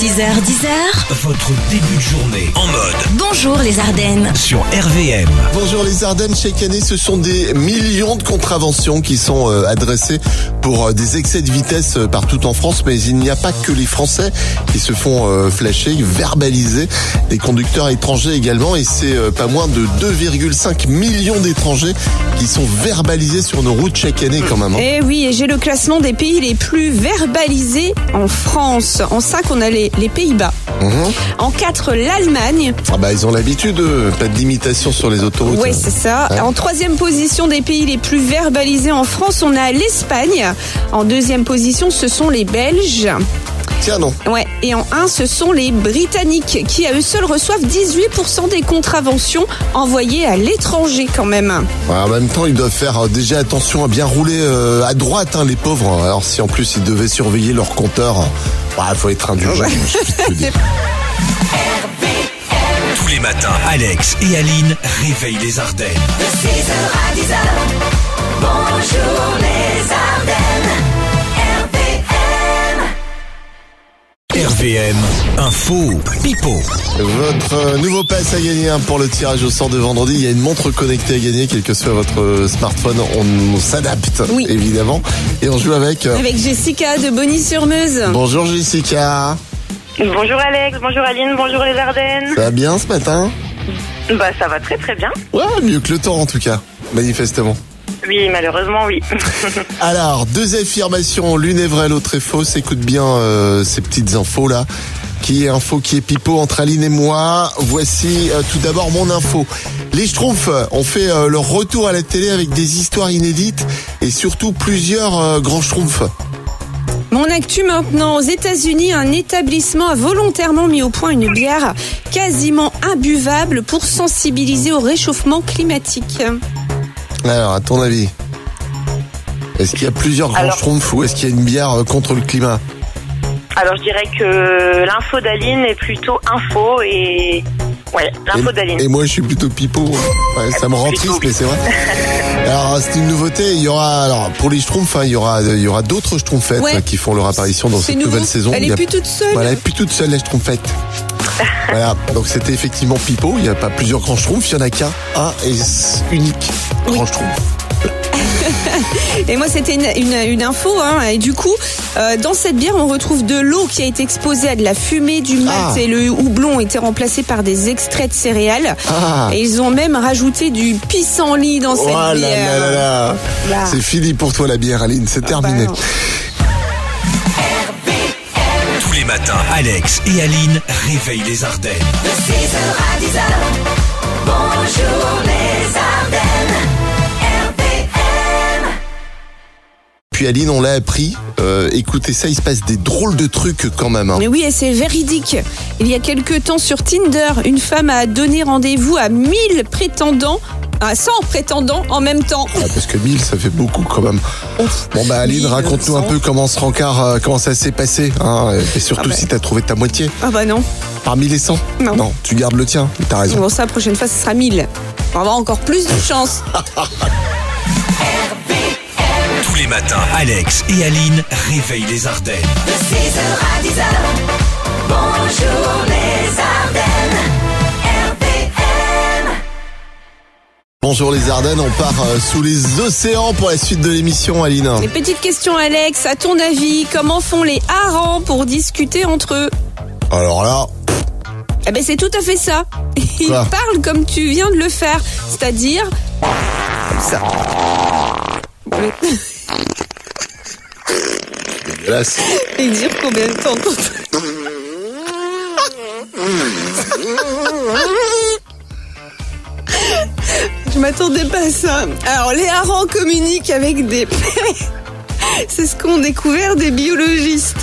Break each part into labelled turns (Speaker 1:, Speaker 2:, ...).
Speaker 1: 6h10h,
Speaker 2: Votre début de journée en mode
Speaker 1: bonjour les Ardennes.
Speaker 2: sur RVM.
Speaker 3: Bonjour les Ardennes, chaque année ce sont des millions de contraventions qui sont euh, adressées pour euh, des excès de vitesse euh, partout en France, mais il n'y a pas que les Français qui se font euh, flasher, verbaliser, les conducteurs étrangers également, et c'est euh, pas moins de 2,5 millions d'étrangers qui sont verbalisés sur nos routes chaque année quand même. hein.
Speaker 4: Eh oui, et j'ai le classement des pays les plus verbalisés en France. En 5, on a les, les Pays-Bas.
Speaker 3: Mhm.
Speaker 4: En 4, l'Allemagne.
Speaker 3: Ah bah ils ont l'habitude, euh, pas de limitation sur les autoroutes. hein.
Speaker 4: Ouais, c'est ça.
Speaker 3: Ouais.
Speaker 4: En troisième position des pays les plus verbalisés en France, on a l'Espagne. En deuxième position, ce sont les Belges.
Speaker 3: Tiens non.
Speaker 4: Ouais, et en 1, ce sont les Britanniques, qui à eux seuls reçoivent 18% des contraventions envoyées à l'étranger quand même.
Speaker 3: Ouais, en même temps, ils doivent faire euh, déjà attention à bien rouler euh, à droite, hein, les pauvres. Alors si en plus ils devaient surveiller leur compteur, il faut être indulgent. j'ai envie de te dire.
Speaker 2: Tous les matins, Alex et Aline réveillent les Ardennes. RVM, info, pipo.
Speaker 3: Votre euh, nouveau pass à gagner hein, pour le tirage au sort de vendredi. Il y a une montre connectée à gagner, quel que soit votre euh, smartphone. On, on s'adapte,
Speaker 4: Oui. Eh
Speaker 3: évidemment. Et on joue avec. euh,
Speaker 4: Avec Jessica de Bonny-sur-Meuse.
Speaker 3: Bonjour Jessica.
Speaker 5: Bonjour Alex, bonjour Aline, bonjour les Ardennes.
Speaker 3: Ça va bien ce matin
Speaker 5: Bah ça va très très bien.
Speaker 3: Ouais, mieux que le temps en tout cas, manifestement.
Speaker 5: Oui, malheureusement oui.
Speaker 3: Alors, deux affirmations, l'une est vraie, l'autre est fausse. Écoute bien euh, ces petites infos là. Qui est info, qui est pipeau entre Aline et moi. Voici euh, tout d'abord mon info. Les Schtroumpfs ont fait euh, leur retour à la télé avec des histoires inédites et surtout plusieurs euh, grands Schtroumpfs.
Speaker 4: Mon actu maintenant, aux États-Unis, un établissement a volontairement mis au point une bière quasiment imbuvable pour sensibiliser au réchauffement climatique.
Speaker 3: Alors, à ton avis, est-ce qu'il y a plusieurs grands
Speaker 5: Alors-
Speaker 3: Schtroumpfs ou est-ce qu'il y a une bière euh, contre le climat
Speaker 5: Alors je dirais que l'info d'Aline est plutôt info et... Ouais, l'info d'Aline.
Speaker 3: et, et moi, je suis plutôt pipeau. hein. Ouais, ça me rend triste, mais c'est vrai. Alors, c'est une nouveauté. Il y aura, alors, pour les Schtroumpfs, hein, il y aura, il y aura d'autres Schtroumpfettes
Speaker 4: Ouais.
Speaker 3: hein, qui font leur apparition dans
Speaker 4: C'est
Speaker 3: cette
Speaker 4: nouveau.
Speaker 3: nouvelle saison.
Speaker 4: Elle
Speaker 3: Il y
Speaker 4: est
Speaker 3: a-
Speaker 4: plus toute seule.
Speaker 3: Voilà, elle est plus toute seule, la Schtroumpfette. voilà. Donc, c'était effectivement pipeau. Il n'y a pas plusieurs grands Schtroumpfs. Il n'y en a qu'un. Un et s- unique grand Schtroumpf.
Speaker 4: Et moi, c'était une, une- une info. hein. Et du coup, euh, dans cette bière, on retrouve de l'eau qui a été exposée à de la fumée du malt
Speaker 3: Ah.
Speaker 4: et le houblon était remplacé par des extraits de céréales.
Speaker 3: Ah.
Speaker 4: Et ils ont même rajouté du pissenlit dans cette
Speaker 3: Oh là
Speaker 4: bière.
Speaker 3: là là là.
Speaker 4: Là. Ah bah
Speaker 3: C'est fini pour toi, la bière, Aline. C'est terminé.
Speaker 4: non.
Speaker 2: Tous les matins, Alex et Aline réveillent les Ardennes.
Speaker 3: Puis Aline, on l'a appris. Euh, écoutez ça, il se passe des drôles de trucs quand même. hein.
Speaker 4: Mais oui, et c'est véridique. Il y a quelques temps sur Tinder, une femme a donné rendez-vous à 1000 prétendants, à 100 prétendants en même temps.
Speaker 3: Ah, parce que 1000, ça fait beaucoup quand même. Bon bah Aline,
Speaker 4: 1200.
Speaker 3: raconte-nous un peu comment ce rencard, euh, comment ça s'est passé, hein, et surtout
Speaker 4: Ah bah.
Speaker 3: si t'as trouvé ta moitié
Speaker 4: Ah bah non.
Speaker 3: parmi les 100.
Speaker 4: Non.
Speaker 3: tu gardes le tien, t'as raison.
Speaker 4: Bon, ça, la prochaine fois, ce sera 1000. On va avoir encore plus de chance.
Speaker 2: Tous les matins, Alex et Aline réveillent les Ardennes.
Speaker 3: Bonjour les Ardennes, on part euh, sous les océans pour la suite de l'émission Aline.
Speaker 4: Et petite question, Alex, à ton avis, comment font les harengs pour discuter entre eux
Speaker 3: Alors là,
Speaker 4: Eh ben, c'est tout à fait ça. Ils
Speaker 3: Quoi
Speaker 4: parlent comme tu viens de le faire, c'est-à-dire. comme ça. Oui.
Speaker 3: dégueulasse.
Speaker 4: Et dire combien de temps t'entends. Je m'attendais pas à ça. Alors, les harengs communiquent avec des. C'est ce qu'ont découvert des biologistes.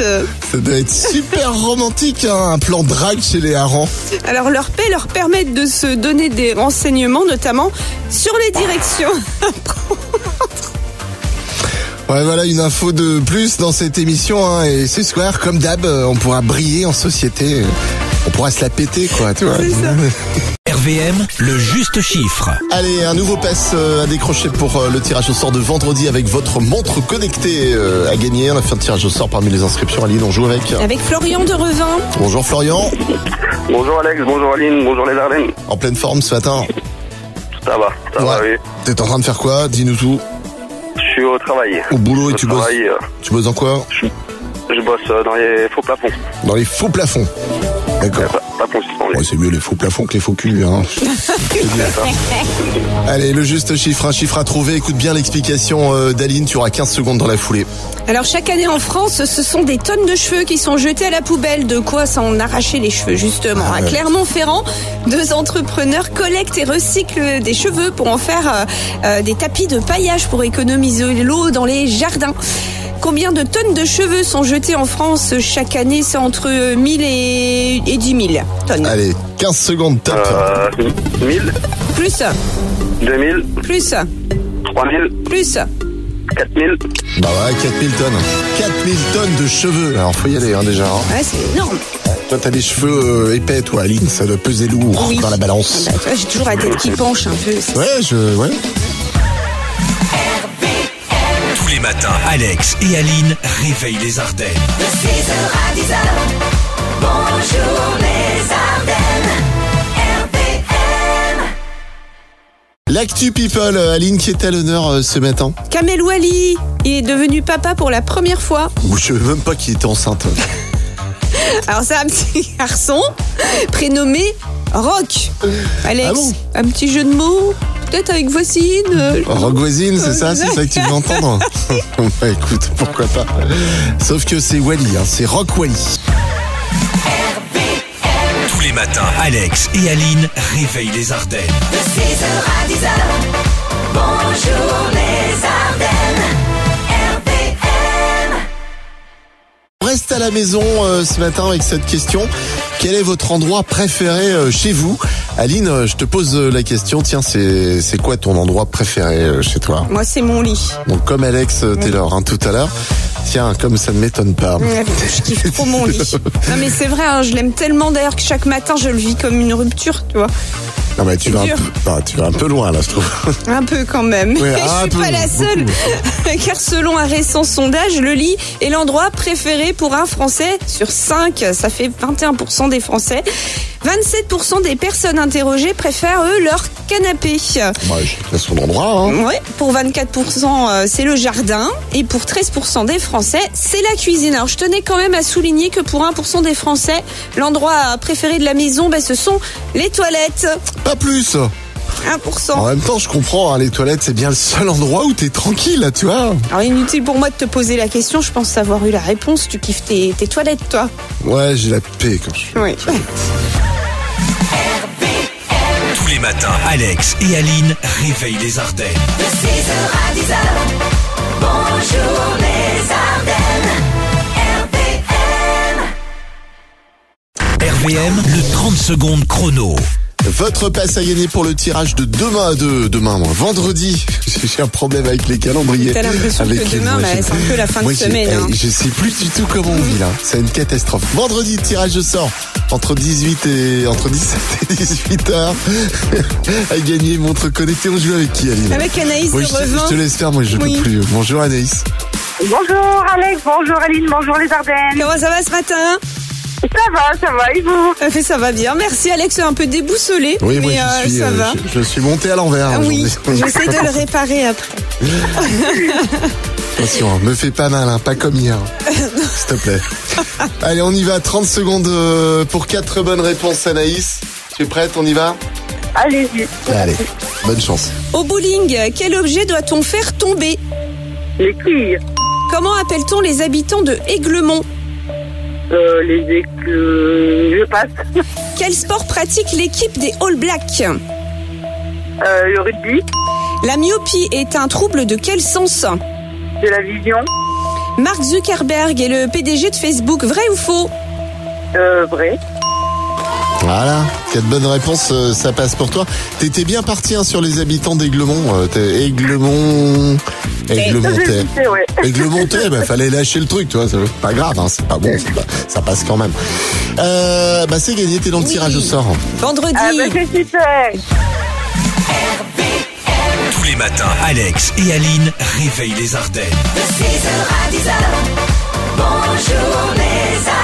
Speaker 3: ça doit être super romantique hein, un plan drague chez les harengs.
Speaker 4: Alors, leur paix leur permet de se donner des renseignements, notamment sur les directions.
Speaker 3: Ouais voilà une info de plus dans cette émission hein, et ce soir comme d'hab euh, on pourra briller en société, on pourra se la péter quoi, tu vois.
Speaker 4: C'est ça.
Speaker 2: RVM, le juste chiffre.
Speaker 3: Allez, un nouveau pass euh, à décrocher pour euh, le tirage au sort de vendredi avec votre montre connectée euh, à gagner. On a fait un tirage au sort parmi les inscriptions. Aline, on joue avec.
Speaker 4: Avec Florian de Revin.
Speaker 3: Bonjour Florian,
Speaker 1: Bonjour Alex, bonjour Aline, bonjour les Ardennes.
Speaker 3: en pleine forme ce matin.
Speaker 1: Ça va, ça va,
Speaker 3: Ouais.
Speaker 1: oui.
Speaker 3: T'es en train de faire quoi Dis-nous tout.
Speaker 1: Je suis au travail.
Speaker 3: Au boulot et
Speaker 1: Je
Speaker 3: tu bosses.
Speaker 1: travaille, euh,
Speaker 3: Tu bosses dans quoi
Speaker 1: je bosse euh, dans les faux plafonds.
Speaker 3: Dans les faux plafonds. D'accord.
Speaker 1: Pas, pas consistant,
Speaker 3: Ouais, c'est mieux les faux plafonds que les faux culs. Hein. C'est bien. Allez, le juste chiffre, un chiffre à trouver. Écoute bien l'explication euh, d'Aline, tu auras 15 secondes dans la foulée.
Speaker 4: Alors chaque année en France, ce sont des tonnes de cheveux qui sont jetés à la poubelle. De quoi ça en arrachait les cheveux justement
Speaker 3: Ah
Speaker 4: À
Speaker 3: ouais.
Speaker 4: Clermont-Ferrand, deux entrepreneurs collectent et recyclent des cheveux pour en faire euh, euh, des tapis de paillage pour économiser l'eau dans les jardins. Combien de tonnes de cheveux sont jetés en France chaque année C'est entre 1000 et, et 10 000 tonnes.
Speaker 3: Allez, 15 secondes, top.
Speaker 1: Euh, 1000,
Speaker 4: Plus,
Speaker 1: 2000,
Speaker 4: plus,
Speaker 1: 3000,
Speaker 4: plus.
Speaker 1: 4000.
Speaker 3: Bah ouais, 4000 tonnes. 4000 tonnes de cheveux. Alors faut y aller hein, déjà. hein.
Speaker 4: Ouais, c'est énorme.
Speaker 3: Toi t'as des cheveux euh, épais toi Aline, ça doit peser lourd
Speaker 4: Oui.
Speaker 3: dans la balance.
Speaker 4: Ah bah, tu vois, J'ai toujours la tête qui penche un peu. c'est-
Speaker 3: Ouais, je... Ouais.
Speaker 2: Tous les matins, Alex et Aline réveillent les Ardennes.
Speaker 6: De 6h à 10h, bonjour les Ardennes, RPM.
Speaker 3: L'actu people, euh, Aline qui est à l'honneur euh, ce matin.
Speaker 4: Kamel Wally est devenu papa pour la première fois.
Speaker 3: Ou Je sais même pas qui était enceinte.
Speaker 4: Alors c'est un petit garçon prénommé Rock. Alex,
Speaker 3: Ah bon
Speaker 4: un petit jeu de mots, peut-être avec voisine. euh,
Speaker 3: Oh. Rogoisine, c'est ça C'est ça que tu veux entendre Bah écoute, pourquoi pas. Sauf que c'est Wally, hein, c'est Rock Wally.
Speaker 2: Tous les matins, Alex et Aline réveillent les Ardennes.
Speaker 6: De 6h à 10h, bonjour les Ardennes, RPM.
Speaker 3: On reste à la maison euh, ce matin avec cette question. Quel est votre endroit préféré euh, chez vous Aline, euh, je te pose euh, la question. Tiens, c'est c'est quoi ton endroit préféré euh, chez toi
Speaker 4: Moi c'est mon lit.
Speaker 3: Donc comme Alex euh, Taylor hein, tout à l'heure. Tiens, comme ça ne m'étonne pas.
Speaker 4: Je kiffe trop mon lit. Non mais c'est vrai, hein, je l'aime tellement d'ailleurs que chaque matin je le vis comme une rupture, tu vois.
Speaker 3: Non mais tu vas, un
Speaker 4: dur.
Speaker 3: peu- non, tu vas un peu loin là, je trouve.
Speaker 4: Un peu quand même.
Speaker 3: Ouais,
Speaker 4: je
Speaker 3: un
Speaker 4: suis
Speaker 3: peu,
Speaker 4: pas la seule. Car selon un récent sondage, le lit est l'endroit préféré pour un Français sur 5. Ça fait 21% des Français. 27% des personnes interrogées préfèrent, eux, leur canapé.
Speaker 3: Bah, c'est son endroit. Hein.
Speaker 4: Ouais, pour 24%, euh, c'est le jardin. Et pour 13% des Français, c'est la cuisine. Alors, je tenais quand même à souligner que pour 1% des Français, l'endroit préféré de la maison, bah, ce sont les toilettes.
Speaker 3: Pas plus.
Speaker 4: 1%.
Speaker 3: En même temps, je comprends. hein, les toilettes, c'est bien le seul endroit où t'es tranquille, là, tu vois.
Speaker 4: Alors inutile pour moi de te poser la question, je pense avoir eu la réponse. Tu kiffes tes, tes toilettes, toi
Speaker 3: Ouais, j'ai la paix quand je suis.
Speaker 4: Oui.
Speaker 2: Tous les matins, Alex et Aline réveillent les Ardennes.
Speaker 6: De 6h à 10h, bonjour les Ardennes, RPM.
Speaker 2: RVM, le 30 secondes chrono.
Speaker 3: Votre passe à gagner pour le tirage de demain à deux, demain, moi, vendredi. J'ai un problème avec les calendriers.
Speaker 4: T'as l'impression
Speaker 3: Avec
Speaker 4: que
Speaker 3: les-
Speaker 4: demain,
Speaker 3: moi,
Speaker 4: bah,
Speaker 3: j'ai-
Speaker 4: c'est un peu la fin
Speaker 3: moi,
Speaker 4: de
Speaker 3: j'ai-
Speaker 4: semaine,
Speaker 3: eh,
Speaker 4: hein.
Speaker 3: Je sais plus du tout comment on vit là. C'est une catastrophe. Vendredi, tirage de sort entre 18 et entre 17 et 18 heures. à gagner, montre connectée. On joue avec qui, Aline
Speaker 4: Avec Anaïs
Speaker 3: Oui,
Speaker 4: de
Speaker 3: je, te- je
Speaker 4: Revin.
Speaker 3: te laisse faire, moi je
Speaker 4: Ah, Oui.
Speaker 3: peux plus. Bonjour Anaïs.
Speaker 5: Bonjour Alex, bonjour Aline, bonjour les Ardennes.
Speaker 4: Comment ça va ce matin hein
Speaker 5: Ça va, ça va, et vous
Speaker 4: Ça fait ça va bien. Merci Alex, un peu déboussolé,
Speaker 3: Oh. Oui, moi
Speaker 4: mais
Speaker 3: je,
Speaker 4: euh,
Speaker 3: suis,
Speaker 4: ça
Speaker 3: euh,
Speaker 4: va.
Speaker 3: je, je suis monté à l'envers.
Speaker 4: Ah oui,
Speaker 3: aujourd'hui.
Speaker 4: j'essaie de le réparer après.
Speaker 3: Attention, hein, me fais pas mal, hein, pas comme hier. S'il te plaît. Allez, on y va. 30 secondes euh, pour quatre bonnes réponses, Anaïs. Tu es prête On y va
Speaker 5: Allez-y.
Speaker 3: Allez, bonne chance.
Speaker 4: Au bowling, quel objet doit-on faire tomber
Speaker 5: Les quilles,
Speaker 4: Comment appelle-t-on les habitants de Aiglemont
Speaker 5: euh, les écluses, je passe,
Speaker 4: Quel sport pratique l'équipe des All Blacks
Speaker 5: euh, le rugby,
Speaker 4: La myopie est un trouble de quel sens
Speaker 5: de la vision,
Speaker 4: Mark Zuckerberg est le PDG de Facebook, vrai ou faux
Speaker 5: euh, vrai.
Speaker 3: Voilà, quatre bonnes réponses, euh, ça passe pour toi. T'étais bien parti hein, sur les habitants d'Aiglemont. euh, t'es- Aiglemont... Aiglemontais.
Speaker 5: J'hésitais, ouais.
Speaker 3: Aiglemontais, bah, fallait lâcher le truc, tu vois. C'est pas grave, hein, c'est pas bon, c'est pas- ça passe quand même. Euh, bah c'est gagné, t'es dans le tirage au sort.
Speaker 4: Vendredi.
Speaker 5: Ah, bah, c'est super.
Speaker 2: Tous les matins, Alex et Aline réveillent les Ardennes.
Speaker 6: De 6h à 10h, bonjour les Ardennes.